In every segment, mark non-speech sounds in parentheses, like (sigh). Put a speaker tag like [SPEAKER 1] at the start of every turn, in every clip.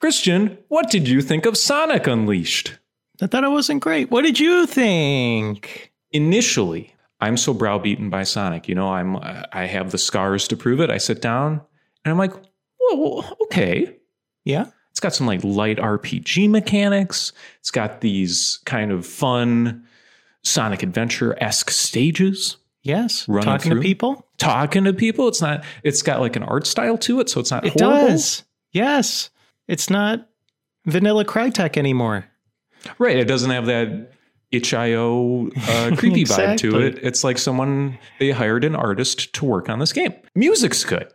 [SPEAKER 1] Christian, what did you think of Sonic Unleashed?
[SPEAKER 2] I thought it wasn't great. What did you think?
[SPEAKER 1] Initially, I'm so browbeaten by Sonic. You know, I'm I have the scars to prove it. I sit down and I'm like, whoa, okay,
[SPEAKER 2] Yeah.
[SPEAKER 1] It's got some like light RPG mechanics. It's got these kind of fun Sonic Adventure esque stages.
[SPEAKER 2] Yes.
[SPEAKER 1] Running
[SPEAKER 2] Talking
[SPEAKER 1] through?
[SPEAKER 2] to people.
[SPEAKER 1] Talking to people, it's not. It's got like an art style to it, so it's not
[SPEAKER 2] It
[SPEAKER 1] horrible.
[SPEAKER 2] does. Yes. It's not vanilla Crytek anymore.
[SPEAKER 1] Right. It doesn't have that itch.io uh,
[SPEAKER 2] (laughs)
[SPEAKER 1] creepy vibe to
[SPEAKER 2] Exactly.
[SPEAKER 1] it. It's like someone they hired an artist to work on this game. Music's good.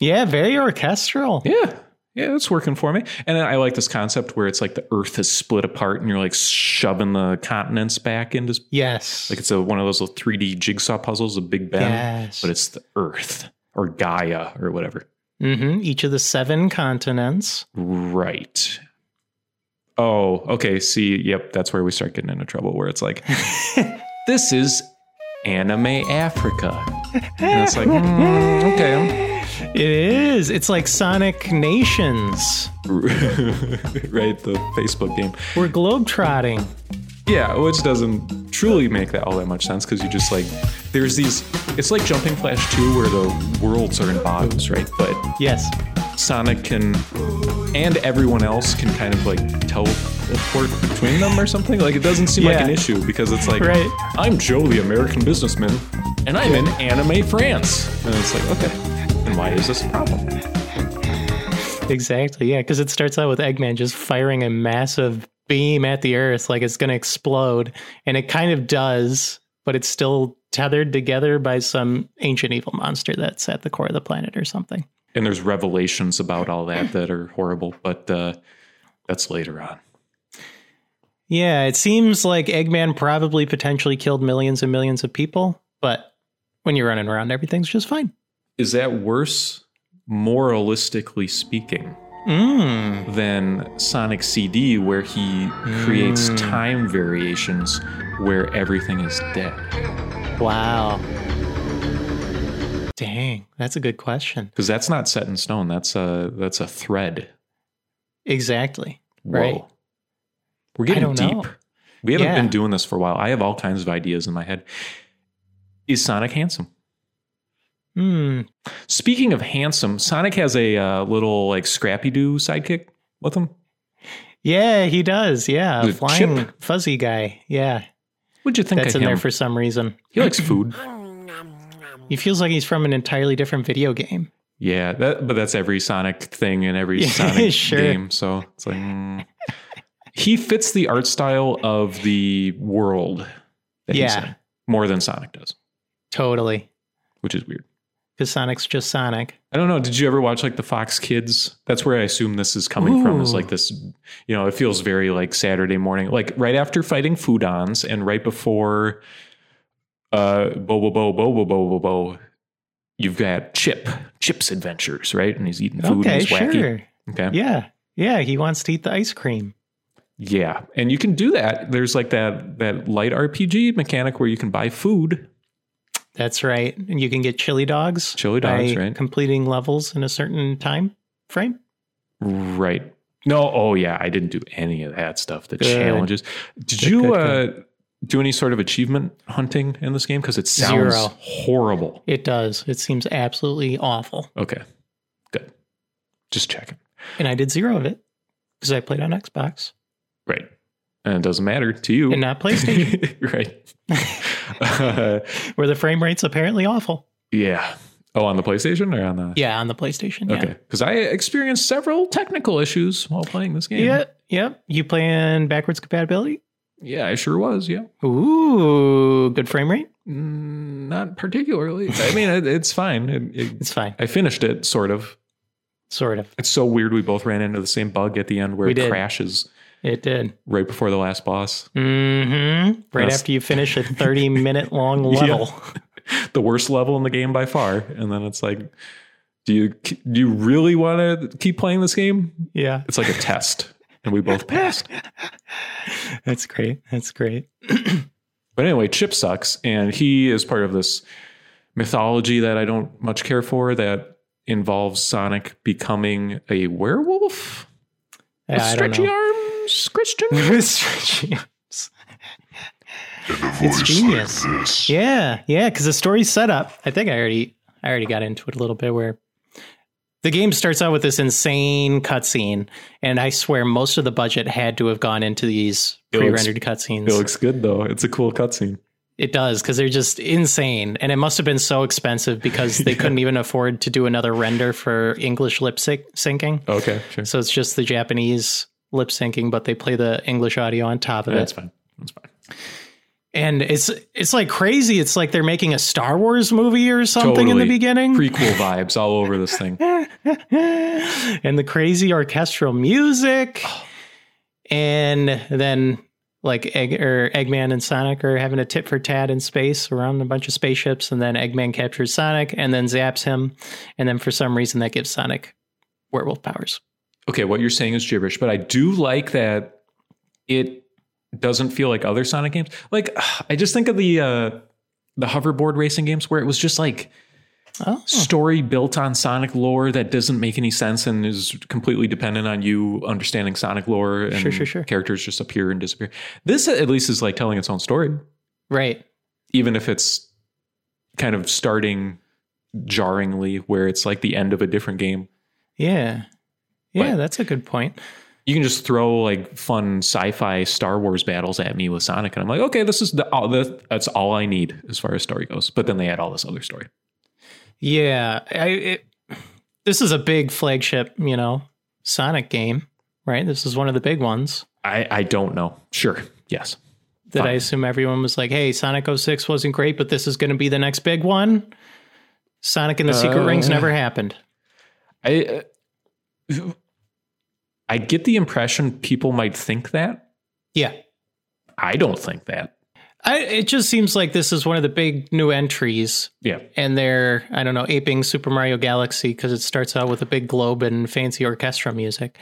[SPEAKER 2] Yeah, very orchestral.
[SPEAKER 1] Yeah. Yeah, it's working for me. And I like this concept where it's like the earth is split apart and you're like shoving the continents back into
[SPEAKER 2] Yes.
[SPEAKER 1] Like it's a, one of those little 3D jigsaw puzzles, a Big Ben,
[SPEAKER 2] yes.
[SPEAKER 1] but it's the Earth or Gaia or whatever.
[SPEAKER 2] hmm Each of the seven continents.
[SPEAKER 1] Right. Oh, okay. See, yep, that's where we start getting into trouble. Where it's like, this is anime Africa, and it's like, mm, okay, (laughs)
[SPEAKER 2] It is. It's like Sonic Nations.
[SPEAKER 1] right? The Facebook game.
[SPEAKER 2] We're globetrotting.
[SPEAKER 1] Yeah, which doesn't truly make that all that much sense because you just like there's these. It's like Jumping Flash 2 where the worlds are in bottoms, right? But
[SPEAKER 2] Yes.
[SPEAKER 1] Sonic can and everyone else can kind of like teleport between them or something. Like it doesn't seem like
[SPEAKER 2] Yeah.
[SPEAKER 1] an issue because it's like
[SPEAKER 2] Right.
[SPEAKER 1] I'm Joe the American businessman and I'm in anime France. And it's like, okay, then why is this a problem?
[SPEAKER 2] Exactly. Yeah. Because it starts out with Eggman just firing a massive beam at the Earth like it's going to explode. And it kind of does, but it's still tethered together by some ancient evil monster that's at the core of the planet or something.
[SPEAKER 1] And there's revelations about all that that are horrible, but uh, that's later on.
[SPEAKER 2] Yeah. It seems like Eggman probably potentially killed millions and millions of people. But when you're running around, everything's just fine.
[SPEAKER 1] Is that worse, moralistically speaking?
[SPEAKER 2] Mm.
[SPEAKER 1] than Sonic CD, where he
[SPEAKER 2] Hmm.
[SPEAKER 1] creates time variations where everything is dead.
[SPEAKER 2] Wow. Dang. That's a good question.
[SPEAKER 1] Because that's not set in stone. That's a that's a thread.
[SPEAKER 2] Exactly.
[SPEAKER 1] Whoa.
[SPEAKER 2] Right.
[SPEAKER 1] We're getting
[SPEAKER 2] don't
[SPEAKER 1] deep.
[SPEAKER 2] know.
[SPEAKER 1] We haven't
[SPEAKER 2] Yeah.
[SPEAKER 1] been doing this for a while. I have all kinds of ideas in my head. Is Sonic handsome?
[SPEAKER 2] Hmm.
[SPEAKER 1] Speaking of handsome, Sonic has a uh, little like Scrappy Doo sidekick with him.
[SPEAKER 2] Yeah, he does. Yeah,
[SPEAKER 1] The
[SPEAKER 2] flying
[SPEAKER 1] chip.
[SPEAKER 2] fuzzy guy. Yeah,
[SPEAKER 1] What'd you think
[SPEAKER 2] that's
[SPEAKER 1] of
[SPEAKER 2] in
[SPEAKER 1] him?
[SPEAKER 2] there for some reason.
[SPEAKER 1] he likes food.
[SPEAKER 2] He feels like he's from an entirely different video game.
[SPEAKER 1] Yeah, that, but that's every Sonic thing in every
[SPEAKER 2] (laughs) Yeah,
[SPEAKER 1] Sonic
[SPEAKER 2] sure.
[SPEAKER 1] game. So it's like mm. he fits the art style of the world. That he's
[SPEAKER 2] Yeah.
[SPEAKER 1] in, more than Sonic does,
[SPEAKER 2] Totally,
[SPEAKER 1] which is weird.
[SPEAKER 2] because Sonic's just Sonic.
[SPEAKER 1] I don't know. Did you ever watch like the Fox Kids? That's where I assume this is coming from. Is
[SPEAKER 2] Ooh.
[SPEAKER 1] like this, you know, it feels very like Saturday morning, like right after fighting Foodons and right before uh Bobo Bo Bobo Bo Bo Bo. You've got Chip, Chip's adventures, right? And he's eating food. and
[SPEAKER 2] okay,
[SPEAKER 1] he's
[SPEAKER 2] sure.
[SPEAKER 1] wacky. Okay.
[SPEAKER 2] Yeah, yeah. He wants to eat the ice cream.
[SPEAKER 1] Yeah, and you can do that. There's like that that light RPG mechanic where you can buy food.
[SPEAKER 2] That's right. And you can get chili dogs.
[SPEAKER 1] Chili dogs,
[SPEAKER 2] by
[SPEAKER 1] right.
[SPEAKER 2] Completing levels in a certain time frame.
[SPEAKER 1] Right. No, oh yeah, I didn't do any of that stuff. The
[SPEAKER 2] Good.
[SPEAKER 1] challenges. Did
[SPEAKER 2] Good,
[SPEAKER 1] you
[SPEAKER 2] good,
[SPEAKER 1] uh do any sort of achievement hunting in this game? Because it sounds
[SPEAKER 2] Zero.
[SPEAKER 1] horrible.
[SPEAKER 2] It does. It seems absolutely awful.
[SPEAKER 1] Okay. Good. Just checking.
[SPEAKER 2] And I did zero of it because I played on Xbox
[SPEAKER 1] Right. And it doesn't matter to you.
[SPEAKER 2] and
[SPEAKER 1] (laughs)
[SPEAKER 2] not PlayStation,
[SPEAKER 1] right. Uh,
[SPEAKER 2] where the frame rate's apparently awful.
[SPEAKER 1] yeah. Oh, on the PlayStation or on the
[SPEAKER 2] Yeah, on the PlayStation. Yeah.
[SPEAKER 1] Okay. Because I experienced several technical issues while playing this game.
[SPEAKER 2] Yep, yep. You playing backwards compatibility?
[SPEAKER 1] Yeah, I sure was. Yeah.
[SPEAKER 2] Ooh, good frame rate.
[SPEAKER 1] Mm, not particularly. I mean, it, it's fine. It- it-
[SPEAKER 2] It's fine,
[SPEAKER 1] I finished it, sort of.
[SPEAKER 2] sort of.
[SPEAKER 1] It's so weird we both ran into the same bug at the end where
[SPEAKER 2] We
[SPEAKER 1] it
[SPEAKER 2] did.
[SPEAKER 1] crashes
[SPEAKER 2] It did.
[SPEAKER 1] right before the last boss.
[SPEAKER 2] Mm-hmm. Right
[SPEAKER 1] That's-
[SPEAKER 2] after you finish a (laughs) thirty-minute-long
[SPEAKER 1] Yeah.
[SPEAKER 2] level.
[SPEAKER 1] The worst level in the game by far. And then it's like, do you do you really want to keep playing this game?
[SPEAKER 2] Yeah.
[SPEAKER 1] It's
[SPEAKER 2] (laughs)
[SPEAKER 1] like a test, and we both passed.
[SPEAKER 2] that's great. That's great.
[SPEAKER 1] But anyway, Chip sucks, and he is part of this mythology that I don't much care for that involves Sonic becoming a werewolf. With
[SPEAKER 2] I don't
[SPEAKER 1] stretchy
[SPEAKER 2] know.
[SPEAKER 1] arms,
[SPEAKER 2] (laughs)
[SPEAKER 1] Christian.
[SPEAKER 2] Stretchy arms. It's genius.
[SPEAKER 3] this.
[SPEAKER 2] Yeah, yeah, because the story's set up. I think I already I already got into it a little bit where the game starts out with this insane cutscene, and I swear most of the budget had to have gone into these
[SPEAKER 1] It looks-
[SPEAKER 2] pre-rendered cutscenes.
[SPEAKER 1] It looks good though. It's a cool cutscene.
[SPEAKER 2] It does because they're just insane, and it must have been so expensive because
[SPEAKER 1] (laughs)
[SPEAKER 2] they
[SPEAKER 1] Yeah.
[SPEAKER 2] couldn't even afford to do another render for English lip sync- syncing.
[SPEAKER 1] Okay, sure.
[SPEAKER 2] So it's just the Japanese lip syncing, but they play the English audio on top of
[SPEAKER 1] That's
[SPEAKER 2] it.
[SPEAKER 1] fine. That's fine.
[SPEAKER 2] And it's it's like crazy. It's like they're making a Star Wars movie or something in the
[SPEAKER 1] Totally.
[SPEAKER 2] beginning.
[SPEAKER 1] Prequel vibes all over this thing.
[SPEAKER 2] (laughs) and the crazy orchestral music. And then like Egg or Eggman and Sonic are having a tit for tat in space around a bunch of spaceships, and then Eggman captures Sonic and then zaps him, and then for some reason that gives Sonic werewolf powers.
[SPEAKER 1] Okay, what you're saying is gibberish, but I do like that it doesn't feel like other Sonic games. Like I just think of the uh the hoverboard racing games where it was just like
[SPEAKER 2] Oh,
[SPEAKER 1] story built on Sonic lore that doesn't make any sense and is completely dependent on you understanding Sonic lore and
[SPEAKER 2] Sure, sure, sure.
[SPEAKER 1] characters just appear and disappear. This at least is like telling its own story,
[SPEAKER 2] right.
[SPEAKER 1] even if it's kind of starting jarringly where it's like the end of a different game.
[SPEAKER 2] Yeah. Yeah,
[SPEAKER 1] But-
[SPEAKER 2] that's a good point.
[SPEAKER 1] you can just throw like fun sci-fi Star Wars battles at me with Sonic, and I'm like, okay, this is the, all the that's all I need as far as story goes. But then they add all this other story.
[SPEAKER 2] Yeah, I, it, this is a big flagship, you know, Sonic game, right? This is one of the big ones
[SPEAKER 1] I I don't know. Sure, yes,
[SPEAKER 2] that I
[SPEAKER 1] Fine.
[SPEAKER 2] assume everyone was like, "Hey, Sonic 06 wasn't great, but this is going to be the next big one." Sonic and the Secret
[SPEAKER 1] Uh,
[SPEAKER 2] Rings never happened.
[SPEAKER 1] I uh, I get the impression people might think that.
[SPEAKER 2] Yeah.
[SPEAKER 1] I don't think that.
[SPEAKER 2] I, it just seems like this is one of the big new entries,
[SPEAKER 1] Yeah, (laughs)
[SPEAKER 2] and they're I don't know aping Super Mario Galaxy because it starts out with a big globe and fancy orchestra music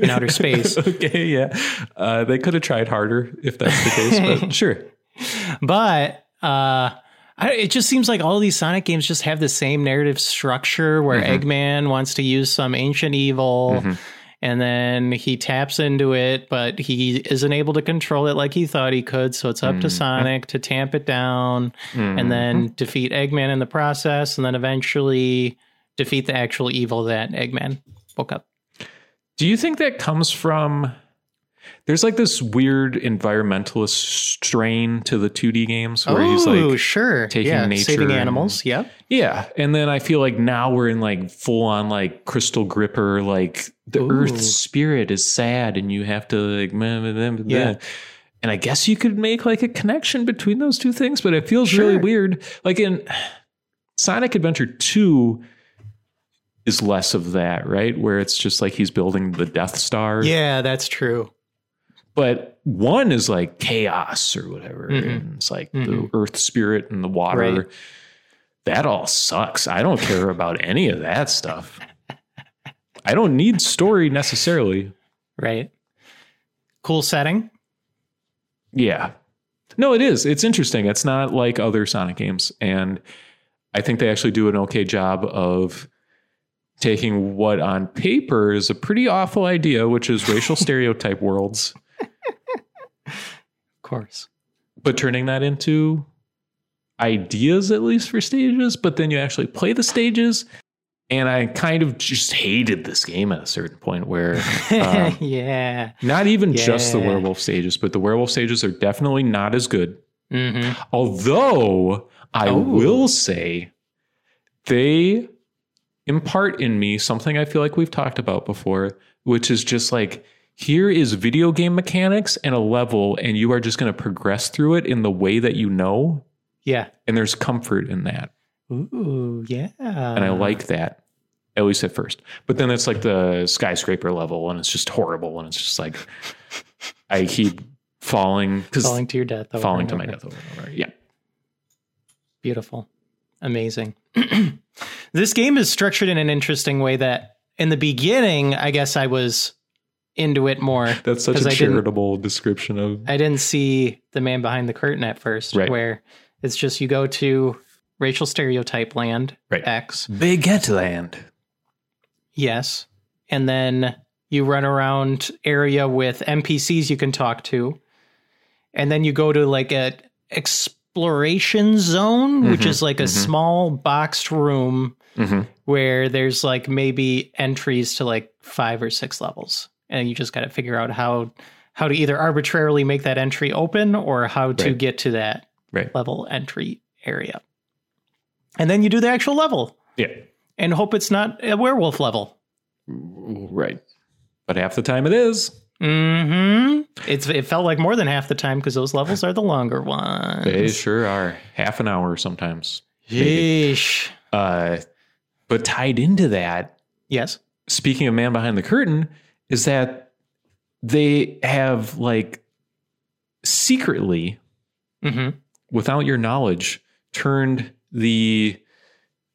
[SPEAKER 2] in outer space.
[SPEAKER 1] okay, yeah. Uh, they could have tried harder if that's the case, but sure.
[SPEAKER 2] but uh I, it just seems like all these Sonic games just have the same narrative structure where
[SPEAKER 1] Mm-hmm.
[SPEAKER 2] Eggman wants to use some ancient evil and then he taps into it, but he isn't able to control it like he thought he could. So it's up
[SPEAKER 1] Mm-hmm.
[SPEAKER 2] to Sonic to tamp it down and then defeat Eggman in the process and then eventually defeat the actual evil that Eggman woke up.
[SPEAKER 1] Do you think that comes from there's like this weird environmentalist strain to the 2D games where he's
[SPEAKER 2] Oh,
[SPEAKER 1] like
[SPEAKER 2] sure.
[SPEAKER 1] taking
[SPEAKER 2] yeah,
[SPEAKER 1] nature
[SPEAKER 2] saving
[SPEAKER 1] and-
[SPEAKER 2] animals. Yep.
[SPEAKER 1] yeah and then I feel like now we're in like full on like crystal gripper like the
[SPEAKER 2] Ooh.
[SPEAKER 1] earth spirit is sad and you have to like meh, meh, meh, meh.
[SPEAKER 2] Yeah.
[SPEAKER 1] and I guess you could make like a connection between those two things but it feels really
[SPEAKER 2] Sure.
[SPEAKER 1] weird like in Sonic Adventure 2 is less of that right where it's just like he's building the Death Star
[SPEAKER 2] Yeah, that's true.
[SPEAKER 1] but one is like chaos or whatever
[SPEAKER 2] Mhm.
[SPEAKER 1] and it's like
[SPEAKER 2] Mhm.
[SPEAKER 1] the earth spirit and the water
[SPEAKER 2] Right.
[SPEAKER 1] that all sucks i don't care about any of that stuff i don't need story necessarily
[SPEAKER 2] Right. Cool setting.
[SPEAKER 1] yeah no it is it's interesting it's not like other sonic games and i think they actually do an okay job of taking what on paper is a pretty awful idea which is racial stereotype worlds
[SPEAKER 2] Of course.
[SPEAKER 1] but turning that into ideas at least for stages but then you actually play the stages and i kind of just hated this game at a certain point where
[SPEAKER 2] (laughs)
[SPEAKER 1] um,
[SPEAKER 2] yeah.
[SPEAKER 1] not even just the
[SPEAKER 2] Yeah.
[SPEAKER 1] werewolf stages but the werewolf stages are definitely not as good
[SPEAKER 2] hmm
[SPEAKER 1] although i
[SPEAKER 2] Oh.
[SPEAKER 1] will say they impart in me something i feel like we've talked about before which is just like here is video game mechanics and a level and you are just going to progress through it in the way that you know
[SPEAKER 2] Yeah.
[SPEAKER 1] and there's comfort in that
[SPEAKER 2] Ooh, yeah.
[SPEAKER 1] and i
[SPEAKER 2] Uh-huh.
[SPEAKER 1] like that at least at first but then it's like the skyscraper level and it's just horrible and it's just like i keep falling because
[SPEAKER 2] falling
[SPEAKER 1] falling,
[SPEAKER 2] to your death. over and
[SPEAKER 1] to my
[SPEAKER 2] over.
[SPEAKER 1] death over and over yeah
[SPEAKER 2] Beautiful. Amazing. (clears throat) this game is structured in an interesting way that in the beginning, I guess I was into it more.
[SPEAKER 1] that's such
[SPEAKER 2] 'Cause
[SPEAKER 1] a
[SPEAKER 2] I didn't-
[SPEAKER 1] charitable description of
[SPEAKER 2] I didn't see the man behind the curtain at first,
[SPEAKER 1] Right.
[SPEAKER 2] where it's just you go to racial stereotype land
[SPEAKER 1] Right.
[SPEAKER 2] X.
[SPEAKER 1] big land
[SPEAKER 2] Yes. And then You run around area with NPCs you can talk to, and then you go to like a exploration zone, which
[SPEAKER 1] Mhm,
[SPEAKER 2] is like a
[SPEAKER 1] mhm.
[SPEAKER 2] small boxed room
[SPEAKER 1] Mhm.
[SPEAKER 2] where there's like maybe entries to like five or six levels, and you just got to figure out how how to either arbitrarily make that entry open or how to
[SPEAKER 1] Right.
[SPEAKER 2] get to that
[SPEAKER 1] Right.
[SPEAKER 2] level entry area. And then you do the actual level
[SPEAKER 1] Yeah.
[SPEAKER 2] and hope it's not a werewolf level.
[SPEAKER 1] Right. But half the time it is.
[SPEAKER 2] Mm-hmm. It's it felt like more than half the time because those levels are the longer ones.
[SPEAKER 1] They sure are. Half an hour sometimes.
[SPEAKER 2] Yeesh.
[SPEAKER 1] Uh, but tied into that,
[SPEAKER 2] Yes.
[SPEAKER 1] speaking of Man Behind the Curtain, is that they have like secretly,
[SPEAKER 2] Mm-hmm.
[SPEAKER 1] without your knowledge, turned the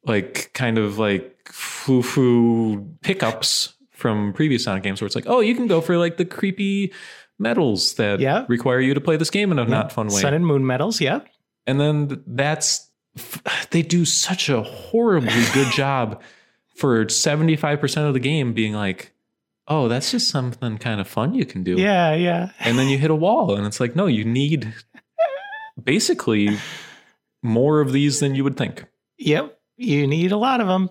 [SPEAKER 1] like kind of like foo foo pickups from previous Sonic games where it's like, oh, you can go for like the creepy medals that
[SPEAKER 2] Yeah.
[SPEAKER 1] require you to play this game in a not fun way.
[SPEAKER 2] Sun and Moon medals. Yeah.
[SPEAKER 1] And then th- that's f- they do such a horribly
[SPEAKER 2] (laughs)
[SPEAKER 1] good job for 75% of the game being like, "Oh, that's just something kind of fun you can do."
[SPEAKER 2] Yeah. Yeah.
[SPEAKER 1] And then you hit a wall and it's like, "No, you need basically more of these than you would think."
[SPEAKER 2] Yep. You need a lot of them.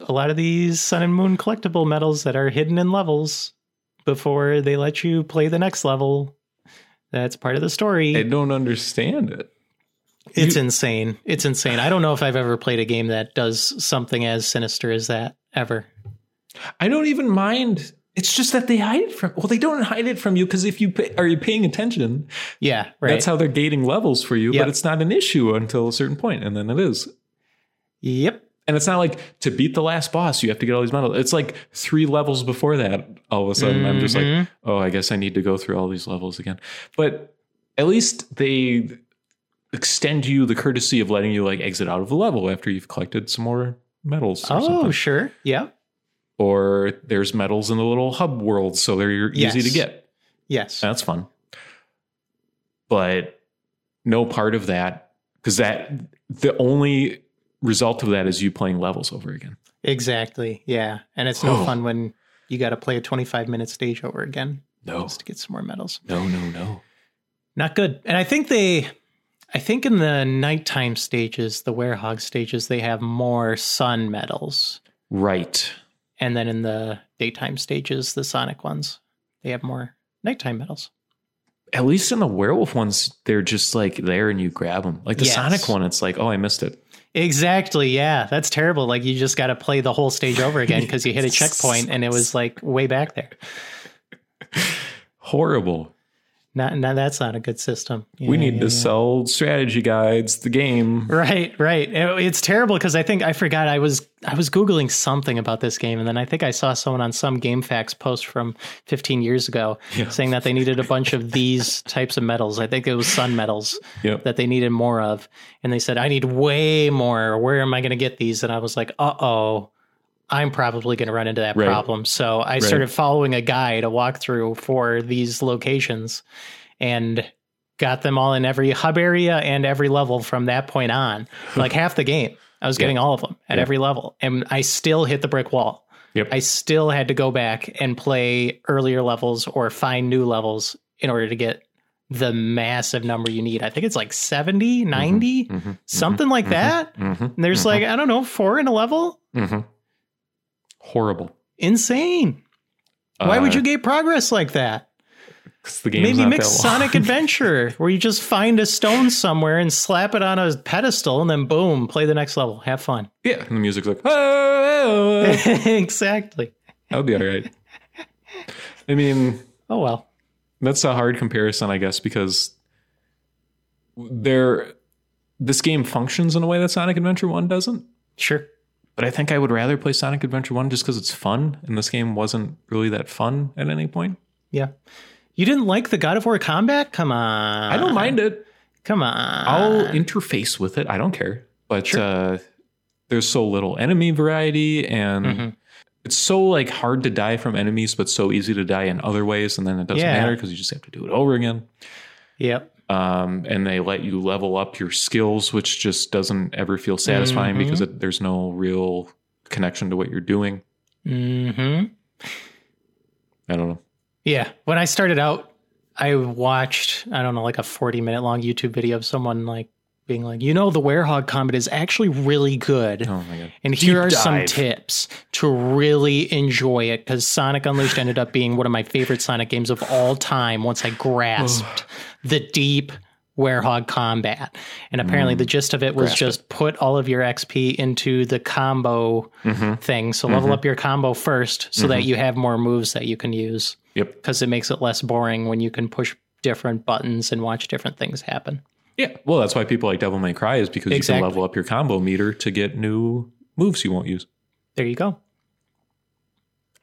[SPEAKER 2] A lot of these Sun and Moon collectible medals that are hidden in levels before they let you play the next level. That's part of the story.
[SPEAKER 1] I don't understand it.
[SPEAKER 2] It's
[SPEAKER 1] You-
[SPEAKER 2] insane. It's insane. I don't know if I've ever played a game that does something as sinister as that ever.
[SPEAKER 1] I don't even mind. It's just that they hide it from well, they don't hide it from you because if you pay, are you paying attention,
[SPEAKER 2] Yeah, right.
[SPEAKER 1] that's how they're gating levels for you.
[SPEAKER 2] Yep.
[SPEAKER 1] But it's not an issue until a certain point, and then it is.
[SPEAKER 2] yep.
[SPEAKER 1] And it's not like to beat the last boss, you have to get all these medals. It's like three levels before that. All of a sudden, I'm just like,
[SPEAKER 2] Mhm.
[SPEAKER 1] oh, I guess I need to go through all these levels again. But at least they extend you the courtesy of letting you like exit out of the level after you've collected some more medals. Or
[SPEAKER 2] oh,
[SPEAKER 1] something.
[SPEAKER 2] sure. Yep.
[SPEAKER 1] or there's medals in the little hub world, so they're
[SPEAKER 2] Yes.
[SPEAKER 1] easy to get.
[SPEAKER 2] Yes.
[SPEAKER 1] That's fun. But no part of that, because that the only result of that is you playing levels over again.
[SPEAKER 2] exactly. Yeah. And it's no
[SPEAKER 1] Oh.
[SPEAKER 2] fun when you got to play a 25 minute stage over again
[SPEAKER 1] No,
[SPEAKER 2] just to get some more medals.
[SPEAKER 1] no, no, no.
[SPEAKER 2] Not good. And I think they, I think in the nighttime stages, the werehog stages, they have more sun medals.
[SPEAKER 1] Right.
[SPEAKER 2] And then in the daytime stages, the sonic ones, they have more nighttime medals.
[SPEAKER 1] At least in the werewolf ones, they're just like there and you grab them. Like the
[SPEAKER 2] Yes.
[SPEAKER 1] Sonic one, it's like, oh, I missed it.
[SPEAKER 2] Exactly. Yeah. That's terrible. Like you just got to play the whole stage over again because you
[SPEAKER 1] (laughs)
[SPEAKER 2] hit a checkpoint and it was like way back there.
[SPEAKER 1] Horrible.
[SPEAKER 2] Not, now that's not a good system.
[SPEAKER 1] we
[SPEAKER 2] Yeah,
[SPEAKER 1] need
[SPEAKER 2] yeah,
[SPEAKER 1] to
[SPEAKER 2] yeah.
[SPEAKER 1] sell strategy guides, the game.
[SPEAKER 2] Right, right. It- It's terrible because I think I forgot I was I was googling something about this game, and then I think I saw someone on some GameFAQs post from 15 years ago
[SPEAKER 1] Yeah.
[SPEAKER 2] saying that they needed a bunch of these types of medals. I think it was sun medals
[SPEAKER 1] Yep.
[SPEAKER 2] that they needed more of, and they said I need way more. Where am I going to get these? And I was like, uh oh. I'm probably going to run into that
[SPEAKER 1] Right.
[SPEAKER 2] problem. So I started following a guide, a walkthrough for these locations, and got them all in every hub area and every level from that point on. Like half the game, I was
[SPEAKER 1] Yeah.
[SPEAKER 2] getting all of them at
[SPEAKER 1] Yeah.
[SPEAKER 2] every level, and I still hit the brick wall.
[SPEAKER 1] Yep.
[SPEAKER 2] I still had to go back and play earlier levels or find new levels in order to get the massive number you need. I think it's like 70, 90,
[SPEAKER 1] Mhm,
[SPEAKER 2] something like
[SPEAKER 1] mhm,
[SPEAKER 2] that.
[SPEAKER 1] mhm,
[SPEAKER 2] And Mm-hmm, there's
[SPEAKER 1] mhm,
[SPEAKER 2] like, I don't know, four in a level?
[SPEAKER 1] mhm. horrible.
[SPEAKER 2] Insane. Why would you gate progress like that?
[SPEAKER 1] Because the Uh, game's
[SPEAKER 2] Maybe
[SPEAKER 1] not
[SPEAKER 2] mix
[SPEAKER 1] that long. (laughs)
[SPEAKER 2] Sonic Adventure, where you just find a stone somewhere and slap it on a pedestal, and then boom, play the next level. Have fun. (laughs)
[SPEAKER 1] yeah, and the music's like, oh, oh, oh.
[SPEAKER 2] exactly.
[SPEAKER 1] that'll be all
[SPEAKER 2] (laughs)
[SPEAKER 1] right. I mean,
[SPEAKER 2] Oh well.
[SPEAKER 1] that's a hard comparison, I guess, because there this game functions in a way that Sonic Adventure One doesn't.
[SPEAKER 2] Sure.
[SPEAKER 1] But I think I would rather play Sonic Adventure One just because it's fun, and this game wasn't really that fun at any point.
[SPEAKER 2] Yeah. You didn't like the God of War combat? Come on.
[SPEAKER 1] I don't mind it.
[SPEAKER 2] Come on.
[SPEAKER 1] I'll interface with it. I don't care. But uh, there's so little enemy variety, and
[SPEAKER 2] Mhm.
[SPEAKER 1] it's so like hard to die from enemies, but so easy to die in other ways, and then it doesn't
[SPEAKER 2] Yeah.
[SPEAKER 1] matter because you just have to do it over again.
[SPEAKER 2] Yep.
[SPEAKER 1] um, and they let you level up your skills, which just doesn't ever feel satisfying
[SPEAKER 2] Mhm.
[SPEAKER 1] because it, there's no real connection to what you're doing.
[SPEAKER 2] Mm-hmm. Yeah. When I started out, I watched, I don't know, like a 40 minute long YouTube video of someone like being like, you know, the Werehog Comet is actually really good.
[SPEAKER 1] Oh my god.
[SPEAKER 2] And here
[SPEAKER 1] Deep
[SPEAKER 2] are some
[SPEAKER 1] dive.
[SPEAKER 2] tips to really enjoy it because Sonic Unleashed ended up being one of my favorite Sonic games of all time once I grasped the deep Werehog combat. And apparently, the gist of it was
[SPEAKER 1] Mm. Grasp
[SPEAKER 2] just put all of your XP into the combo
[SPEAKER 1] Mm-hmm.
[SPEAKER 2] thing. So, level up your combo first so that you have more moves that you can use
[SPEAKER 1] Yep.
[SPEAKER 2] because it makes it less boring when you can push different buttons and watch different things happen.
[SPEAKER 1] Yeah. Well, that's why people like Devil May Cry is because you
[SPEAKER 2] Exactly.
[SPEAKER 1] can level up your combo meter to get new moves you won't use.
[SPEAKER 2] There you go.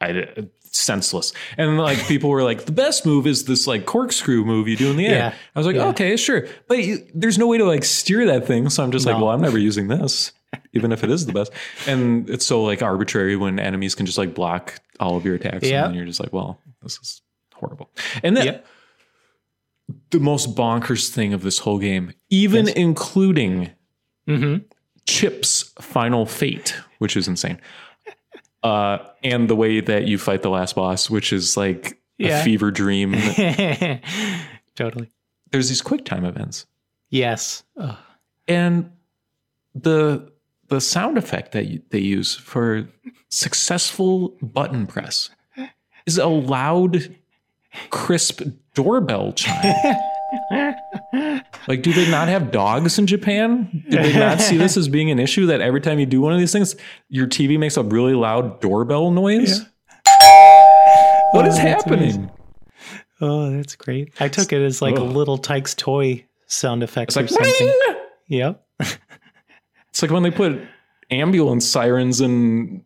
[SPEAKER 1] I uh, senseless. And like people were like, the best move is this like corkscrew move you do in the air.
[SPEAKER 2] Yeah.
[SPEAKER 1] I was like,
[SPEAKER 2] Yeah.
[SPEAKER 1] okay, sure, but you, there's no way to like steer that thing. So I'm just like,
[SPEAKER 2] No.
[SPEAKER 1] well, I'm never using this, even if it is the best. And it's so like arbitrary when enemies can just like block all of your attacks,
[SPEAKER 2] Yeah.
[SPEAKER 1] and then you're just like, well, this is horrible. And then.
[SPEAKER 2] Yep.
[SPEAKER 1] The most bonkers thing of this whole game, even
[SPEAKER 2] Yes.
[SPEAKER 1] including
[SPEAKER 2] hmm
[SPEAKER 1] Chip's final fate, which is insane. Uh, and the way that you fight the last boss, which is like a
[SPEAKER 2] Yeah.
[SPEAKER 1] fever dream.
[SPEAKER 2] (laughs) totally.
[SPEAKER 1] There's these quick time events.
[SPEAKER 2] Yes. Ugh.
[SPEAKER 1] And the the sound effect that you, they use for successful button press is a loud, crisp doorbell chime. like, do they not have dogs in Japan? Did they not see this as being an issue that every time you do one of these things, your TV makes a really loud doorbell noise? What is
[SPEAKER 2] Oh, that's
[SPEAKER 1] happening?
[SPEAKER 2] amazing. Oh, that's great. I took it as like a
[SPEAKER 1] Ugh.
[SPEAKER 2] little Tyke's toy sound effect
[SPEAKER 1] Oh. It's like,
[SPEAKER 2] or something.
[SPEAKER 1] "Ring!"
[SPEAKER 2] Yep.
[SPEAKER 1] It's like when they put ambulance sirens and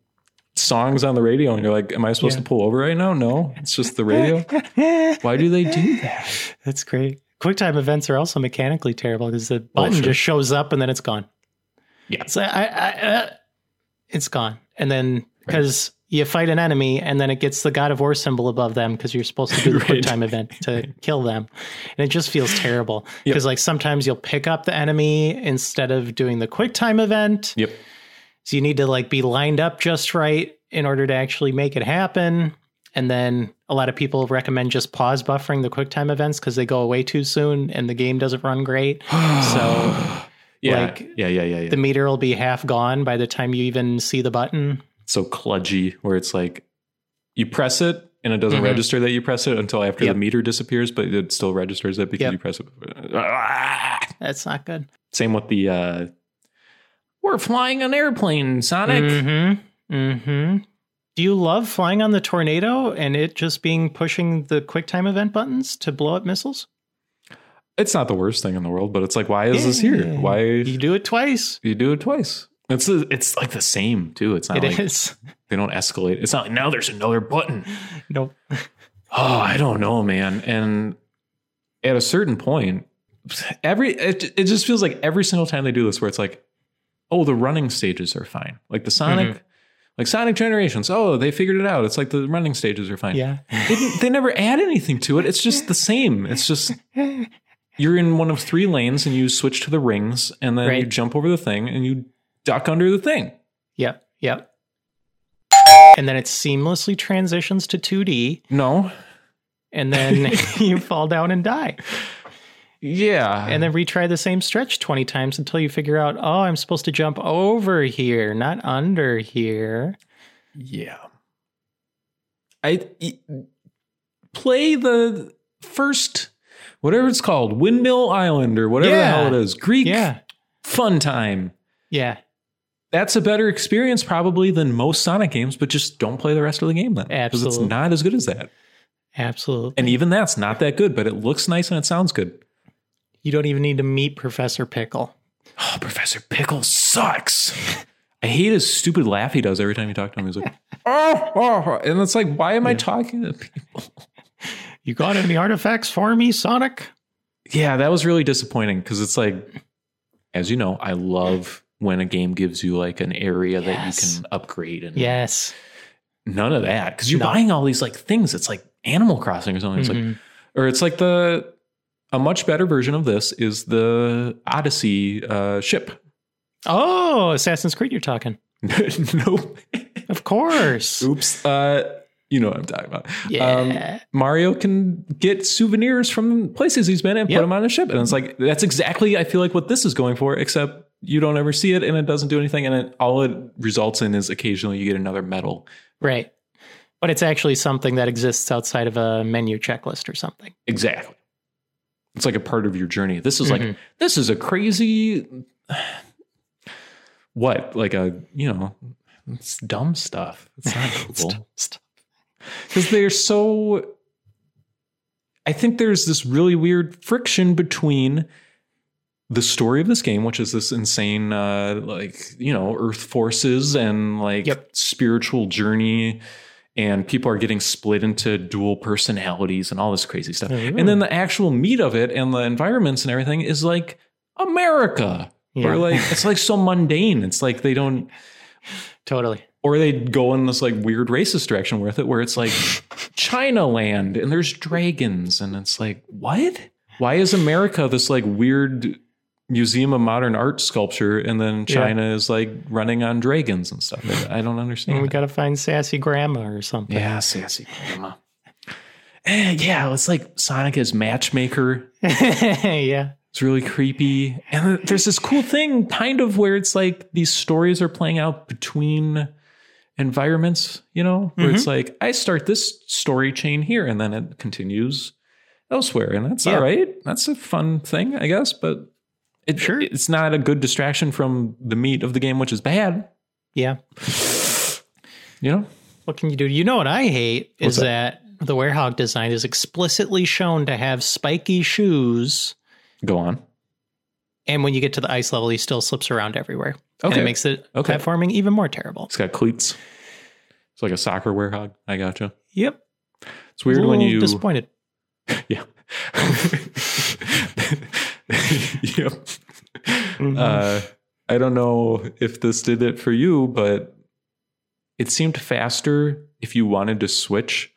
[SPEAKER 1] songs on the radio, and you're like, "Am I supposed
[SPEAKER 2] Yeah.
[SPEAKER 1] to pull over right now?" No, it's just the
[SPEAKER 2] (laughs)
[SPEAKER 1] radio. Why do they do that?
[SPEAKER 2] that's great. QuickTime events are also mechanically terrible because the button
[SPEAKER 1] Oh, sure.
[SPEAKER 2] just shows up and then it's gone.
[SPEAKER 1] Yeah.
[SPEAKER 2] So I, I, uh, it's gone. And then because you fight an enemy and then it gets the God of War symbol above them because you're supposed to
[SPEAKER 1] (laughs)
[SPEAKER 2] do the
[SPEAKER 1] Right.
[SPEAKER 2] quick time event
[SPEAKER 1] (laughs)
[SPEAKER 2] to kill them. And it just feels terrible
[SPEAKER 1] Yep.
[SPEAKER 2] because like sometimes you'll pick up the enemy instead of doing the quick time event.
[SPEAKER 1] Yep.
[SPEAKER 2] So you need to like be lined up just right in order to actually make it happen. And then a lot of people recommend just pause buffering the QuickTime events because they go away too soon and the game doesn't run great. So
[SPEAKER 1] Yeah,
[SPEAKER 2] Like,
[SPEAKER 1] yeah, yeah, yeah, yeah.
[SPEAKER 2] the meter will be half gone by the time you even see the button.
[SPEAKER 1] so cludgy, where it's like you press it and it doesn't
[SPEAKER 2] Mhm.
[SPEAKER 1] register that you press it until after
[SPEAKER 2] Yep.
[SPEAKER 1] the meter disappears, but it still registers it because
[SPEAKER 2] Yep.
[SPEAKER 1] you press it.
[SPEAKER 2] That's not good.
[SPEAKER 1] Same with the uh, we're flying an airplane, Sonic.
[SPEAKER 2] Mm-hmm. Mm-hmm. Do you love flying on the tornado and it just being pushing the QuickTime event buttons to blow up missiles?
[SPEAKER 1] It's not the worst thing in the world, but it's like, why is this here?
[SPEAKER 2] Yeah.
[SPEAKER 1] Why
[SPEAKER 2] You do it twice.
[SPEAKER 1] you do it twice. It's it's like the same too. It's not
[SPEAKER 2] It is. (laughs)
[SPEAKER 1] like they don't escalate. It's not like now there's another button.
[SPEAKER 2] Nope.
[SPEAKER 1] Oh, I don't know, man. And at a certain point, every it, it just feels like every single time they do this, where it's like, oh, the running stages are fine. Like the Sonic,
[SPEAKER 2] Mm-hmm.
[SPEAKER 1] like Sonic Generations. Oh, they figured it out. It's like the running stages are fine.
[SPEAKER 2] Yeah.
[SPEAKER 1] They, didn't- they never add anything to it. It's just the same. It's just you're in one of three lanes and you switch to the rings and then you
[SPEAKER 2] Right.
[SPEAKER 1] jump over the thing and you duck under the thing.
[SPEAKER 2] Yep, yep. And then it seamlessly transitions to 2D,
[SPEAKER 1] No.
[SPEAKER 2] and
[SPEAKER 1] (laughs)
[SPEAKER 2] then (laughs) you fall down and die.
[SPEAKER 1] Yeah.
[SPEAKER 2] And then retry the same stretch 20 times until you figure out, oh, I'm supposed to jump over here, not under here.
[SPEAKER 1] Yeah. I y- play the first whatever it's called, Windmill Island or whatever
[SPEAKER 2] Yeah.
[SPEAKER 1] the hell it is. Greek
[SPEAKER 2] Yeah,
[SPEAKER 1] fun time.
[SPEAKER 2] yeah,
[SPEAKER 1] That's a better experience probably than most Sonic games, but just don't play the rest of the game then. 'cause It's
[SPEAKER 2] Absolutely.
[SPEAKER 1] not as good as that.
[SPEAKER 2] absolutely.
[SPEAKER 1] And even that's not that good, but it looks nice and it sounds good.
[SPEAKER 2] you don't even need to meet Professor Pickle.
[SPEAKER 1] Oh, Professor Pickle sucks.
[SPEAKER 2] (laughs)
[SPEAKER 1] I hate his stupid laugh he does every time you talk to him. He's like, (laughs) oh, oh," and it's like, why am I talking to people?
[SPEAKER 2] You got any artifacts for me, Sonic?
[SPEAKER 1] yeah, that was really disappointing because it's like, as you know, I love when a game gives you like an area that
[SPEAKER 2] Yes.
[SPEAKER 1] you can upgrade and
[SPEAKER 2] Yes.
[SPEAKER 1] none of that because you're
[SPEAKER 2] No.
[SPEAKER 1] buying all these like things. It's like Animal Crossing or something. It's like,
[SPEAKER 2] Mhm.
[SPEAKER 1] or it's like the a much better version of this is the Odyssey uh, ship. (laughs)
[SPEAKER 2] Oh, Assassin's Creed, you're talking.
[SPEAKER 1] nope.
[SPEAKER 2] Of course.
[SPEAKER 1] Oops. Uh, You know what I'm talking about. Um,
[SPEAKER 2] Yeah.
[SPEAKER 1] Mario can get souvenirs from places he's been and put
[SPEAKER 2] Yep.
[SPEAKER 1] them on a ship. And it's like, that's exactly, I feel like, what this is going for, except you don't ever see it and it doesn't do anything. And it, all it results in is occasionally you get another medal.
[SPEAKER 2] right. But it's actually something that exists outside of a menu checklist
[SPEAKER 1] (laughs)
[SPEAKER 2] or something.
[SPEAKER 1] Exactly. It's like a part of your journey. This is
[SPEAKER 2] Mhm.
[SPEAKER 1] like, this is a crazy, what? Like a, you know, it's dumb stuff. It's not
[SPEAKER 2] (laughs)
[SPEAKER 1] cool.
[SPEAKER 2] St- st-
[SPEAKER 1] because they're so i think there's this really weird friction between the story of this game which is this insane uh like you know earth forces and like
[SPEAKER 2] Yep.
[SPEAKER 1] spiritual journey and people are getting split into dual personalities and all this crazy stuff
[SPEAKER 2] Mhm.
[SPEAKER 1] and then the actual meat of it and the environments and everything is like america
[SPEAKER 2] Yeah.
[SPEAKER 1] or like it's like so mundane it's like they don't
[SPEAKER 2] totally.
[SPEAKER 1] or they go in this like weird racist direction with it where it's
[SPEAKER 2] (laughs)
[SPEAKER 1] like China land and there's dragons and it's like what why is America this like weird museum of modern art sculpture and then
[SPEAKER 2] Yeah.
[SPEAKER 1] China is like running on dragons and stuff I don't
[SPEAKER 2] And
[SPEAKER 1] understand
[SPEAKER 2] we
[SPEAKER 1] it.
[SPEAKER 2] got to find sassy grandma or something.
[SPEAKER 1] yeah sassy grandma Eh, yeah it's like Sonic is matchmaker
[SPEAKER 2] (laughs) yeah.
[SPEAKER 1] it's really creepy. And there's this cool thing kind of where it's like these stories are playing out between environments, you know, where
[SPEAKER 2] Mm-hmm.
[SPEAKER 1] it's like I start this story chain here and then it continues elsewhere. And that's
[SPEAKER 2] Yeah.
[SPEAKER 1] all right. That's a fun thing, I guess, but it, sure. it's not a good distraction from the meat of the game, which is bad,
[SPEAKER 2] Yeah.
[SPEAKER 1] you know?
[SPEAKER 2] What can you do? You know what I hate
[SPEAKER 1] What's
[SPEAKER 2] is that? the Werehog design is explicitly shown to have spiky shoes,
[SPEAKER 1] Go on.
[SPEAKER 2] and when you get to the ice level, he still slips around everywhere. And
[SPEAKER 1] Okay.
[SPEAKER 2] it makes it
[SPEAKER 1] Okay.
[SPEAKER 2] platforming even more terrible.
[SPEAKER 1] It's got cleats. It's like a soccer werehog. I gotcha.
[SPEAKER 2] Yep.
[SPEAKER 1] It's weird when you
[SPEAKER 2] disappointed.
[SPEAKER 1] Yeah. (laughs) yep.
[SPEAKER 2] Mm-hmm.
[SPEAKER 1] Uh, I don't know if this did it for you, but it seemed faster if you wanted to switch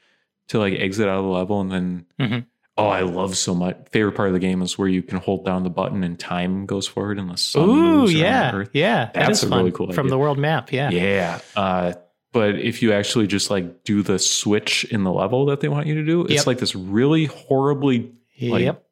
[SPEAKER 1] to like exit out of the level and then.
[SPEAKER 2] Mhm.
[SPEAKER 1] Oh, I love so much. Favorite part of the game is where you can hold down the button and time goes forward and the sun
[SPEAKER 2] Ooh,
[SPEAKER 1] moves around
[SPEAKER 2] yeah,
[SPEAKER 1] Earth.
[SPEAKER 2] yeah. that
[SPEAKER 1] That's
[SPEAKER 2] is
[SPEAKER 1] a
[SPEAKER 2] fun.
[SPEAKER 1] really cool
[SPEAKER 2] from
[SPEAKER 1] idea.
[SPEAKER 2] the world map. Yeah,
[SPEAKER 1] Yeah. Uh, but if you actually just like do the switch in the level that they want you to do, it's
[SPEAKER 2] Yep.
[SPEAKER 1] like this really horribly Like,
[SPEAKER 2] yep.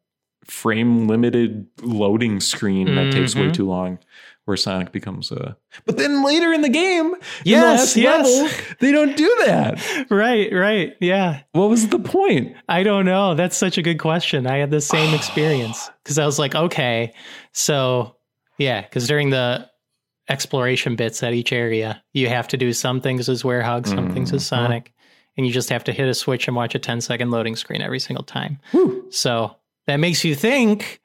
[SPEAKER 1] frame limited loading screen that takes way
[SPEAKER 2] Mhm.
[SPEAKER 1] too long where Sonic becomes a But then later in the game,
[SPEAKER 2] Yes,
[SPEAKER 1] in the last
[SPEAKER 2] yes.
[SPEAKER 1] level, they don't do that.
[SPEAKER 2] Right, right. Yeah,
[SPEAKER 1] What was the point?
[SPEAKER 2] I don't know. That's such a good question. I had the same experience because I was like, okay, so yeah, because during the exploration bits at each area, you have to do some things as Werehog, some things as
[SPEAKER 1] Mhm.
[SPEAKER 2] Sonic, and you just have to hit a switch and watch a 10 second loading screen every single time.
[SPEAKER 1] Whew.
[SPEAKER 2] So that makes you think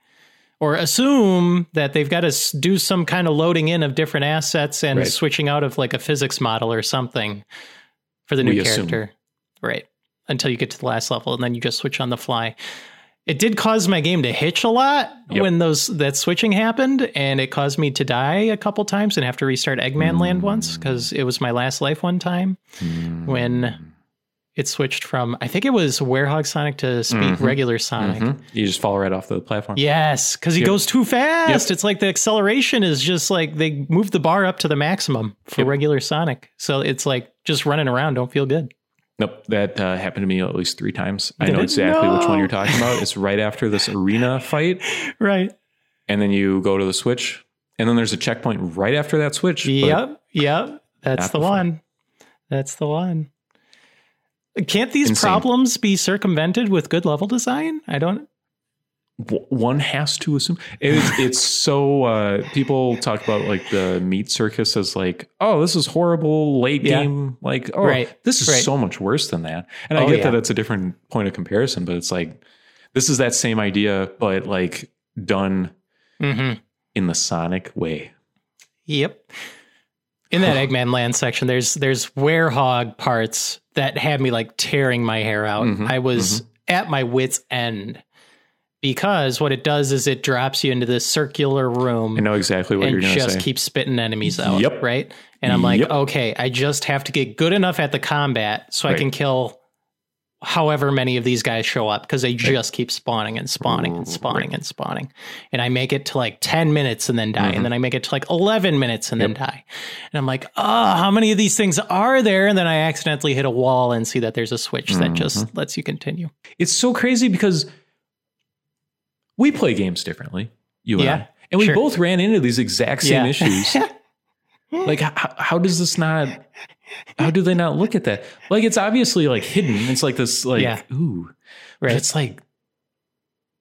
[SPEAKER 2] or assume that they've got to s- do some kind of loading in of different assets and
[SPEAKER 1] Right.
[SPEAKER 2] switching out of like a physics model or something for the new
[SPEAKER 1] We assume.
[SPEAKER 2] character. Right. Until you get to the last level and then you just switch on the fly. It did cause my game to hitch a lot
[SPEAKER 1] Yep.
[SPEAKER 2] when those that switching happened and it caused me to die a couple times and have to restart Eggman Land
[SPEAKER 1] Mm.
[SPEAKER 2] once cuz it was my last life one time when it switched from I think it was Werehog Sonic to speak
[SPEAKER 1] Mhm.
[SPEAKER 2] regular Sonic.
[SPEAKER 1] Mhm. You just fall right off the platform.
[SPEAKER 2] Yes, because he
[SPEAKER 1] Yep.
[SPEAKER 2] goes too fast. It's like the acceleration is just like they moved the bar up to the maximum for
[SPEAKER 1] Yep.
[SPEAKER 2] regular Sonic. So it's like just running around don't feel good.
[SPEAKER 1] Nope, that uh, happened to me at least three times. I
[SPEAKER 2] Did
[SPEAKER 1] know
[SPEAKER 2] it?
[SPEAKER 1] exactly which one
[SPEAKER 2] No.
[SPEAKER 1] you're talking about. It's right after this arena fight,
[SPEAKER 2] Right.
[SPEAKER 1] and then you go to the switch, and then there's a checkpoint right after that switch. but
[SPEAKER 2] Yep. Yep. That's
[SPEAKER 1] not
[SPEAKER 2] the
[SPEAKER 1] before.
[SPEAKER 2] one. That's the one. Can't these
[SPEAKER 1] Insane.
[SPEAKER 2] problems be circumvented with good level design? I don't.
[SPEAKER 1] w- one has to assume it's, it's so uh people talk about like the meat circus as like oh this is horrible late
[SPEAKER 2] Yeah.
[SPEAKER 1] game like oh
[SPEAKER 2] Right,
[SPEAKER 1] this is
[SPEAKER 2] right.
[SPEAKER 1] so much worse than that and i
[SPEAKER 2] Oh,
[SPEAKER 1] get
[SPEAKER 2] yeah.
[SPEAKER 1] that it's a different point of comparison but it's like this is that same idea but like done
[SPEAKER 2] Mm-hmm.
[SPEAKER 1] in the sonic way
[SPEAKER 2] Yep. In that Eggman Land section, there's there's werehog parts that had me like tearing my hair out.
[SPEAKER 1] Mhm,
[SPEAKER 2] I was at my wits end because what it does is it drops you into this circular room
[SPEAKER 1] i know exactly what
[SPEAKER 2] and
[SPEAKER 1] you're gonna
[SPEAKER 2] just
[SPEAKER 1] say
[SPEAKER 2] keep spitting enemies out.
[SPEAKER 1] Yep.
[SPEAKER 2] Right. And I'm like,
[SPEAKER 1] Yep.
[SPEAKER 2] okay, I just have to get good enough at the combat so I
[SPEAKER 1] Right.
[SPEAKER 2] can kill however many of these guys show up because they just keep spawning and spawning and spawning and spawning. And I make it to like 10 minutes and then die.
[SPEAKER 1] Mm-hmm.
[SPEAKER 2] And then I make it to like 11 minutes and then die. And I'm like, oh, how many of these things are there? And then I accidentally hit a wall and see that there's a switch that
[SPEAKER 1] Mm-hmm.
[SPEAKER 2] just lets you continue.
[SPEAKER 1] It's so crazy because we play games differently, you and
[SPEAKER 2] Yeah,
[SPEAKER 1] I. And we
[SPEAKER 2] sure.
[SPEAKER 1] both ran into these exact same
[SPEAKER 2] Yeah.
[SPEAKER 1] issues. like how, how does this not how do they not look at that? Like it's obviously like hidden. It's like this like
[SPEAKER 2] Yeah.
[SPEAKER 1] ooh. But
[SPEAKER 2] (laughs) Right.
[SPEAKER 1] It's like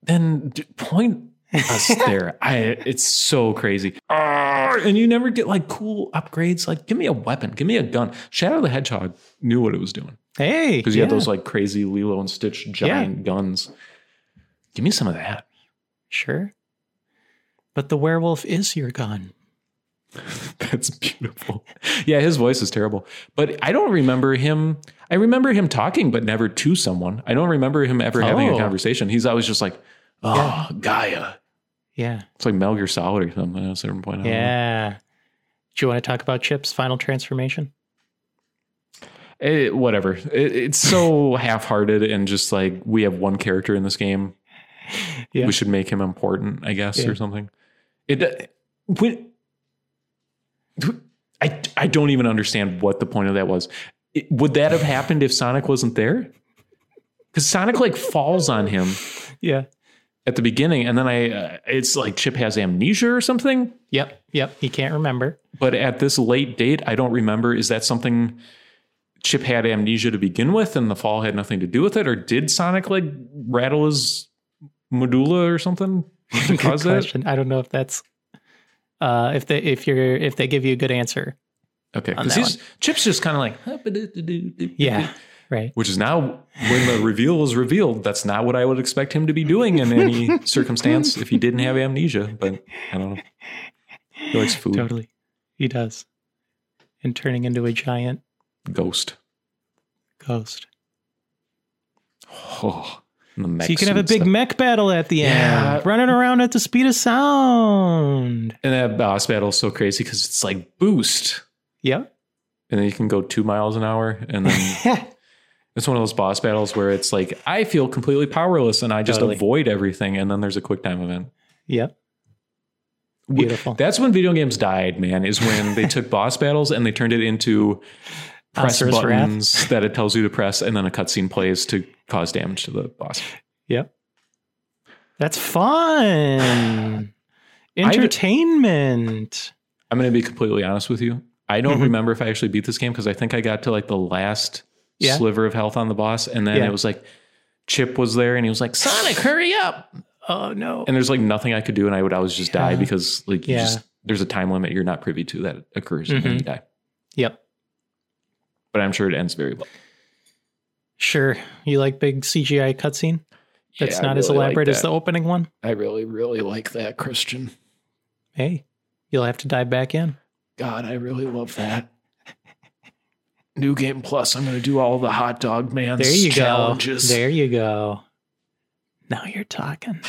[SPEAKER 1] then d- point
[SPEAKER 2] (laughs)
[SPEAKER 1] us there. I it's so crazy. Arr, and you never get like cool upgrades. Like give me a weapon, give me a gun. Shadow the Hedgehog knew what it was doing
[SPEAKER 2] Hey.
[SPEAKER 1] because you
[SPEAKER 2] yeah,
[SPEAKER 1] had those like crazy Lilo and Stitch giant guns. Give me some of that.
[SPEAKER 2] Sure. But the werewolf is your gun.
[SPEAKER 1] That's beautiful. Yeah, his voice is terrible. But I don't remember him. I remember him talking, but never to someone. I don't remember him ever having a
[SPEAKER 2] Oh.
[SPEAKER 1] conversation. He's always just like, oh, Gaia.
[SPEAKER 2] Yeah.
[SPEAKER 1] It's like Metal Gear Solid or something at a certain point. I don't know.
[SPEAKER 2] Yeah. Do you want to talk about Chip's final transformation?
[SPEAKER 1] It, Eh, whatever. It, it's so (laughs) half hearted and just like, we have one character in this game.
[SPEAKER 2] Yeah.
[SPEAKER 1] We should make him important, I guess,
[SPEAKER 2] Yeah.
[SPEAKER 1] or something. It, uh, when, I, I don't even understand what the point of that was. It- would that have happened if Sonic wasn't there? Because Sonic like falls on him
[SPEAKER 2] Yeah.
[SPEAKER 1] at the beginning, and then I, uh, it's like Chip has amnesia or something.
[SPEAKER 2] Yep. Yep. He can't remember.
[SPEAKER 1] But at this late date, I don't remember. Is that something Chip had amnesia to begin with, and the fall had nothing to do with it, or did Sonic like rattle his medulla or
[SPEAKER 2] (laughs)
[SPEAKER 1] something to
[SPEAKER 2] Good
[SPEAKER 1] cause that?
[SPEAKER 2] question. I don't know if that's uh, if they if you're if they give you a good answer.
[SPEAKER 1] Okay,
[SPEAKER 2] on
[SPEAKER 1] because
[SPEAKER 2] that
[SPEAKER 1] he's Chip's just kind of like, "Hup-a-doo-doo-doo-doo-doo."
[SPEAKER 2] Yeah. Right.
[SPEAKER 1] which is now when the reveal was revealed. That's not what I would expect him to be doing in any
[SPEAKER 2] (laughs)
[SPEAKER 1] circumstance if he didn't have amnesia. But I don't know. He likes food,
[SPEAKER 2] Totally. He does. And turning into a giant
[SPEAKER 1] ghost.
[SPEAKER 2] ghost.
[SPEAKER 1] Oh, and the mech
[SPEAKER 2] so you can have a
[SPEAKER 1] suits
[SPEAKER 2] big
[SPEAKER 1] that-
[SPEAKER 2] mech battle at the
[SPEAKER 1] Yeah.
[SPEAKER 2] end, running around at the speed of sound.
[SPEAKER 1] and that boss battle is so crazy because it's like boost,
[SPEAKER 2] Yep.
[SPEAKER 1] and then you can go two miles an hour, and
[SPEAKER 2] (laughs)
[SPEAKER 1] then it's one of those boss battles where it's like I feel completely powerless and I just
[SPEAKER 2] Totally.
[SPEAKER 1] avoid everything, and then there's a quick time event.
[SPEAKER 2] (laughs) yep.
[SPEAKER 1] We-
[SPEAKER 2] Beautiful.
[SPEAKER 1] That's when video games died, man, is when they
[SPEAKER 2] (laughs)
[SPEAKER 1] took boss battles and they turned it into press
[SPEAKER 2] Osiris Wrath.
[SPEAKER 1] buttons that it tells you to press and then a cutscene plays to cause damage to the boss.
[SPEAKER 2] Yep. That's fun. Entertainment.
[SPEAKER 1] I'm going to be completely honest with you. I don't
[SPEAKER 2] Mhm.
[SPEAKER 1] remember if I actually beat this game because I think I got to like the last
[SPEAKER 2] Yeah.
[SPEAKER 1] sliver of health on the boss. And then
[SPEAKER 2] Yeah.
[SPEAKER 1] it was like Chip was there and he was like, Sonic, hurry up.
[SPEAKER 2] oh no.
[SPEAKER 1] And there's like nothing I could do. And I would always just die
[SPEAKER 2] Yeah.
[SPEAKER 1] because like you
[SPEAKER 2] Yeah.
[SPEAKER 1] just, there's a time limit you're not privy to that occurs and then
[SPEAKER 2] Mhm.
[SPEAKER 1] you die.
[SPEAKER 2] Yep.
[SPEAKER 1] But I'm sure it ends very well.
[SPEAKER 2] Sure. You like big CGI cutscene? That's
[SPEAKER 1] Yeah, I
[SPEAKER 2] not as
[SPEAKER 1] really like
[SPEAKER 2] elaborate as
[SPEAKER 1] that.
[SPEAKER 2] the opening one.
[SPEAKER 1] I really, really like that, Christian.
[SPEAKER 2] Hey, you'll have to dive back in.
[SPEAKER 1] God, I really love that. New Game Plus, I'm going to do all the hot dog man
[SPEAKER 2] There you
[SPEAKER 1] challenges.
[SPEAKER 2] go. There you go. Now you're talking.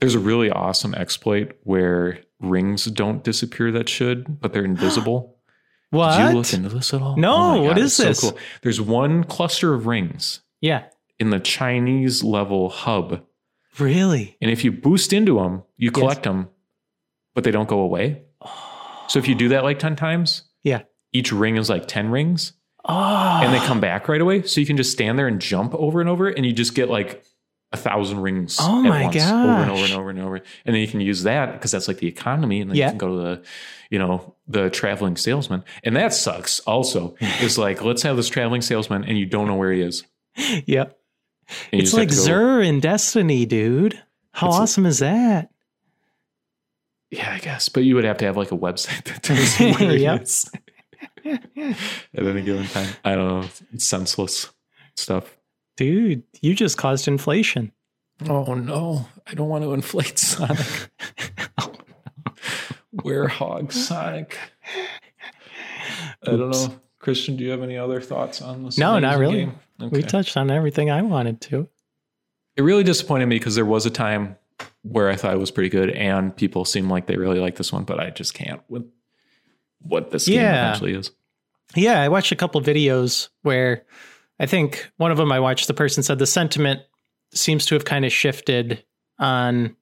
[SPEAKER 1] There's a really awesome exploit where rings don't disappear that should, but they're invisible.
[SPEAKER 2] (gasps) What?
[SPEAKER 1] Did you look into this at all? Oh
[SPEAKER 2] No,
[SPEAKER 1] my
[SPEAKER 2] what is
[SPEAKER 1] it's
[SPEAKER 2] this?
[SPEAKER 1] There's one cluster of rings
[SPEAKER 2] yeah.
[SPEAKER 1] in the Chinese level hub.
[SPEAKER 2] Really?
[SPEAKER 1] And if you boost into them, you
[SPEAKER 2] Yes.
[SPEAKER 1] collect them, but they don't go away. So if you do that like 10 times,
[SPEAKER 2] Yeah.
[SPEAKER 1] each ring is like 10 rings.
[SPEAKER 2] Oh.
[SPEAKER 1] and they come back right away. So you can just stand there and jump over and over, and you just get like a thousand rings.
[SPEAKER 2] Oh
[SPEAKER 1] at
[SPEAKER 2] my
[SPEAKER 1] once, Over and over
[SPEAKER 2] gosh.
[SPEAKER 1] and over and over, and then you can use that because that's like the economy, and then
[SPEAKER 2] Yeah.
[SPEAKER 1] you can go to the, you know, the traveling salesman, and that sucks.
[SPEAKER 2] (laughs)
[SPEAKER 1] Also, it's like let's have this traveling salesman, and you don't know where he is.
[SPEAKER 2] yep.
[SPEAKER 1] And you
[SPEAKER 2] It's
[SPEAKER 1] just have
[SPEAKER 2] like
[SPEAKER 1] to go-
[SPEAKER 2] Zer in Destiny, dude. How
[SPEAKER 1] It's a-
[SPEAKER 2] awesome is that?
[SPEAKER 1] Yeah, I guess, but you would have to have like a website that tells
[SPEAKER 2] (laughs)
[SPEAKER 1] you where he
[SPEAKER 2] Yep.
[SPEAKER 1] is (laughs) at any given time. I don't know. It's senseless stuff.
[SPEAKER 2] Dude, you just caused inflation.
[SPEAKER 1] Oh no, I don't want to inflate Sonic.
[SPEAKER 2] (laughs)
[SPEAKER 1] Werehog Sonic. I don't know. Christian, do you have any other thoughts on this?
[SPEAKER 2] No, not
[SPEAKER 1] amazing
[SPEAKER 2] really.
[SPEAKER 1] game?
[SPEAKER 2] We
[SPEAKER 1] Okay.
[SPEAKER 2] touched on everything I wanted to.
[SPEAKER 1] it really disappointed me because there was a time where I thought it was pretty good and people seem like they really like this one, but I just can't with what this game
[SPEAKER 2] Yeah.
[SPEAKER 1] actually is.
[SPEAKER 2] Yeah, I watched a couple videos where I think one of them I watched, the person said the sentiment seems to have kind of shifted on,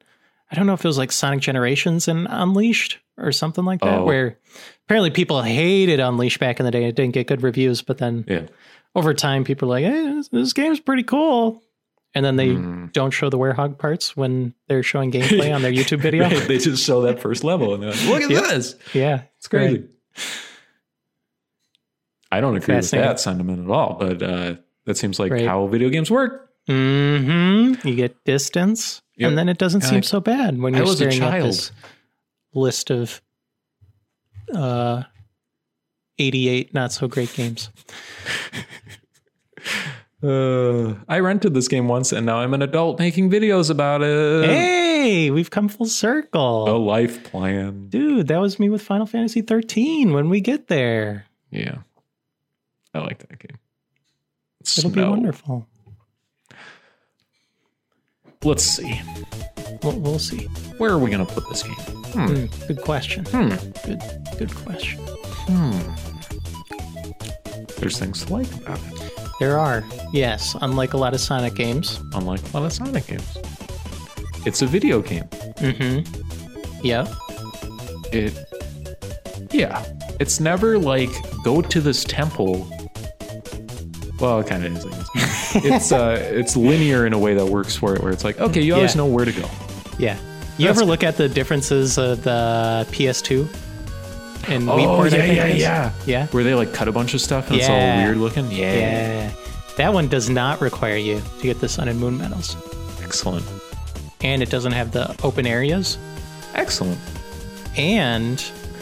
[SPEAKER 2] I don't know if it was like Sonic Generations and Unleashed or something like that,
[SPEAKER 1] Oh.
[SPEAKER 2] where apparently people hated Unleashed back in the day. It didn't get good reviews, but then
[SPEAKER 1] Yeah.
[SPEAKER 2] over time people are like, hey, this, this game's pretty cool. And then they
[SPEAKER 1] Mm.
[SPEAKER 2] don't show the werehog parts when they're showing
[SPEAKER 1] (laughs)
[SPEAKER 2] gameplay on their YouTube video.
[SPEAKER 1] Right, They just show that first level and they're like, look at
[SPEAKER 2] Yep.
[SPEAKER 1] this.
[SPEAKER 2] Yeah.
[SPEAKER 1] It's crazy. I don't agree with
[SPEAKER 2] Fascinating.
[SPEAKER 1] that sentiment at all, but uh, that seems like
[SPEAKER 2] Right.
[SPEAKER 1] how video games work.
[SPEAKER 2] Mm-hmm. You get distance,
[SPEAKER 1] Yep.
[SPEAKER 2] and then it doesn't
[SPEAKER 1] And
[SPEAKER 2] seem
[SPEAKER 1] I-
[SPEAKER 2] so bad when
[SPEAKER 1] I
[SPEAKER 2] you're
[SPEAKER 1] was a
[SPEAKER 2] staring at
[SPEAKER 1] child.
[SPEAKER 2] this list of uh, 88 not so great games.
[SPEAKER 1] Uh, I rented this game once, and now I'm an adult making videos about it.
[SPEAKER 2] hey, we've come full circle.
[SPEAKER 1] A life plan.
[SPEAKER 2] Dude, that was me with Final Fantasy 13 when we get there.
[SPEAKER 1] Yeah, I like that game.
[SPEAKER 2] It'll be
[SPEAKER 1] Snow.
[SPEAKER 2] wonderful.
[SPEAKER 1] Let's see.
[SPEAKER 2] We'll, we'll see.
[SPEAKER 1] Where are we going to put this game? Hmm.
[SPEAKER 2] Mm, good question.
[SPEAKER 1] Hmm.
[SPEAKER 2] Good, good question.
[SPEAKER 1] Hmm. There's things to like about it,
[SPEAKER 2] There are, yes, unlike a lot of Sonic games.
[SPEAKER 1] unlike a lot of Sonic games. It's a video game.
[SPEAKER 2] Mm-hmm. Yeah.
[SPEAKER 1] It, yeah, it's never like go to this temple. Well, it kind of is. I (laughs) guess. it's uh, it's linear in a way that works for it, where it's like, okay, you always
[SPEAKER 2] Yeah.
[SPEAKER 1] know where to go.
[SPEAKER 2] Yeah. You
[SPEAKER 1] That's
[SPEAKER 2] ever look at the differences of the PS2 and Wii
[SPEAKER 1] Oh,
[SPEAKER 2] port? I
[SPEAKER 1] yeah,
[SPEAKER 2] think
[SPEAKER 1] yeah,
[SPEAKER 2] it is?
[SPEAKER 1] yeah.
[SPEAKER 2] yeah,
[SPEAKER 1] Where they like cut a bunch of stuff and it's all
[SPEAKER 2] Yeah.
[SPEAKER 1] weird looking.
[SPEAKER 2] yeah. That one does not require you to get the Sun and Moon medals,
[SPEAKER 1] Excellent.
[SPEAKER 2] and it doesn't have the open areas,
[SPEAKER 1] Excellent.
[SPEAKER 2] and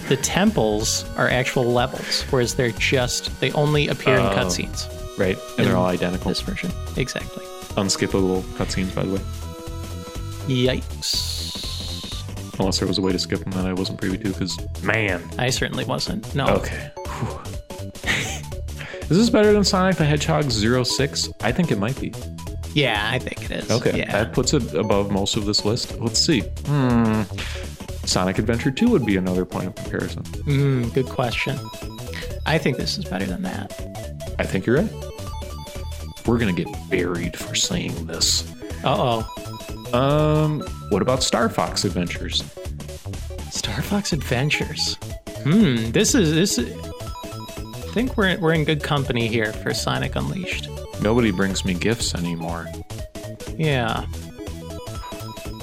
[SPEAKER 2] the temples are actual levels, whereas they're just they only appear
[SPEAKER 1] Oh.
[SPEAKER 2] in cutscenes.
[SPEAKER 1] Right. And they're all identical.
[SPEAKER 2] This version, exactly.
[SPEAKER 1] Unskippable cutscenes, by the way.
[SPEAKER 2] Yikes!
[SPEAKER 1] Unless there was a way to skip them that I wasn't privy to, because man.
[SPEAKER 2] I certainly wasn't. No.
[SPEAKER 1] Okay. Whew. (laughs) Is this better than Sonic the Hedgehog 06? I think it might be.
[SPEAKER 2] Yeah, I think it is.
[SPEAKER 1] Okay.
[SPEAKER 2] Yeah.
[SPEAKER 1] That puts it above most of this list. Let's see. Hmm. Sonic Adventure 2 would be another point of comparison.
[SPEAKER 2] Mm, good question. I think this is better than that.
[SPEAKER 1] I think you're right. We're gonna get buried for saying this.
[SPEAKER 2] Uh oh.
[SPEAKER 1] Um, what about Star Fox Adventures?
[SPEAKER 2] Star Fox Adventures. Hmm. This is this. Is, I think we're we're in good company here for Sonic Unleashed.
[SPEAKER 1] Nobody brings me gifts anymore.
[SPEAKER 2] Yeah.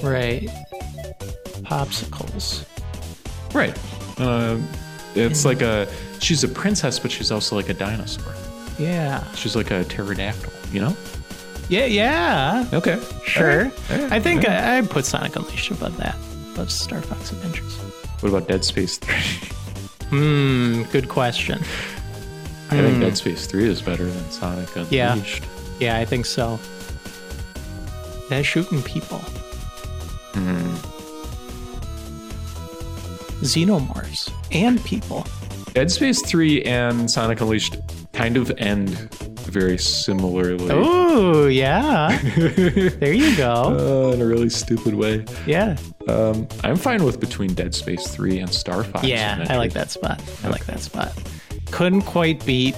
[SPEAKER 2] Right. Popsicles.
[SPEAKER 1] Right. Uh, it's like a she's a princess, but she's also like a dinosaur.
[SPEAKER 2] Yeah.
[SPEAKER 1] She's like a pterodactyl. You know?
[SPEAKER 2] Yeah. Yeah.
[SPEAKER 1] Okay. All
[SPEAKER 2] Sure.
[SPEAKER 1] right.
[SPEAKER 2] I think I, I put Sonic Unleashed above that. Above Star Fox Adventures.
[SPEAKER 1] What about Dead Space Three?
[SPEAKER 2] Hmm. Good question.
[SPEAKER 1] I think Dead Space Three is better than Sonic
[SPEAKER 2] Yeah.
[SPEAKER 1] Unleashed.
[SPEAKER 2] Hmm. Yeah, I think so. They're shooting people. Hmm. Xenomorphs and people.
[SPEAKER 1] Dead Space Three and Sonic Unleashed kind of end very similarly.
[SPEAKER 2] Ooh, (laughs) yeah. there you go.
[SPEAKER 1] Uh, in a really stupid way.
[SPEAKER 2] Yeah.
[SPEAKER 1] Um, I'm fine with between Dead Space 3 and Star Fox.
[SPEAKER 2] Yeah, I
[SPEAKER 1] Adventures.
[SPEAKER 2] like that spot. I like that spot. Couldn't quite beat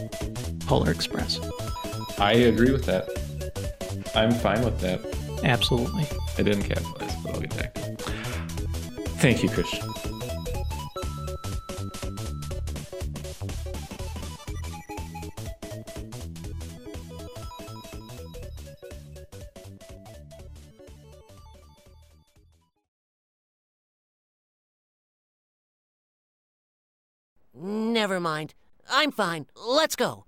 [SPEAKER 2] Polar Express.
[SPEAKER 1] I agree with that. I'm fine with that.
[SPEAKER 2] Absolutely.
[SPEAKER 1] I didn't capitalize, but I'll get back. to it. Thank you, Christian.
[SPEAKER 3] Never mind. I'm fine. Let's go.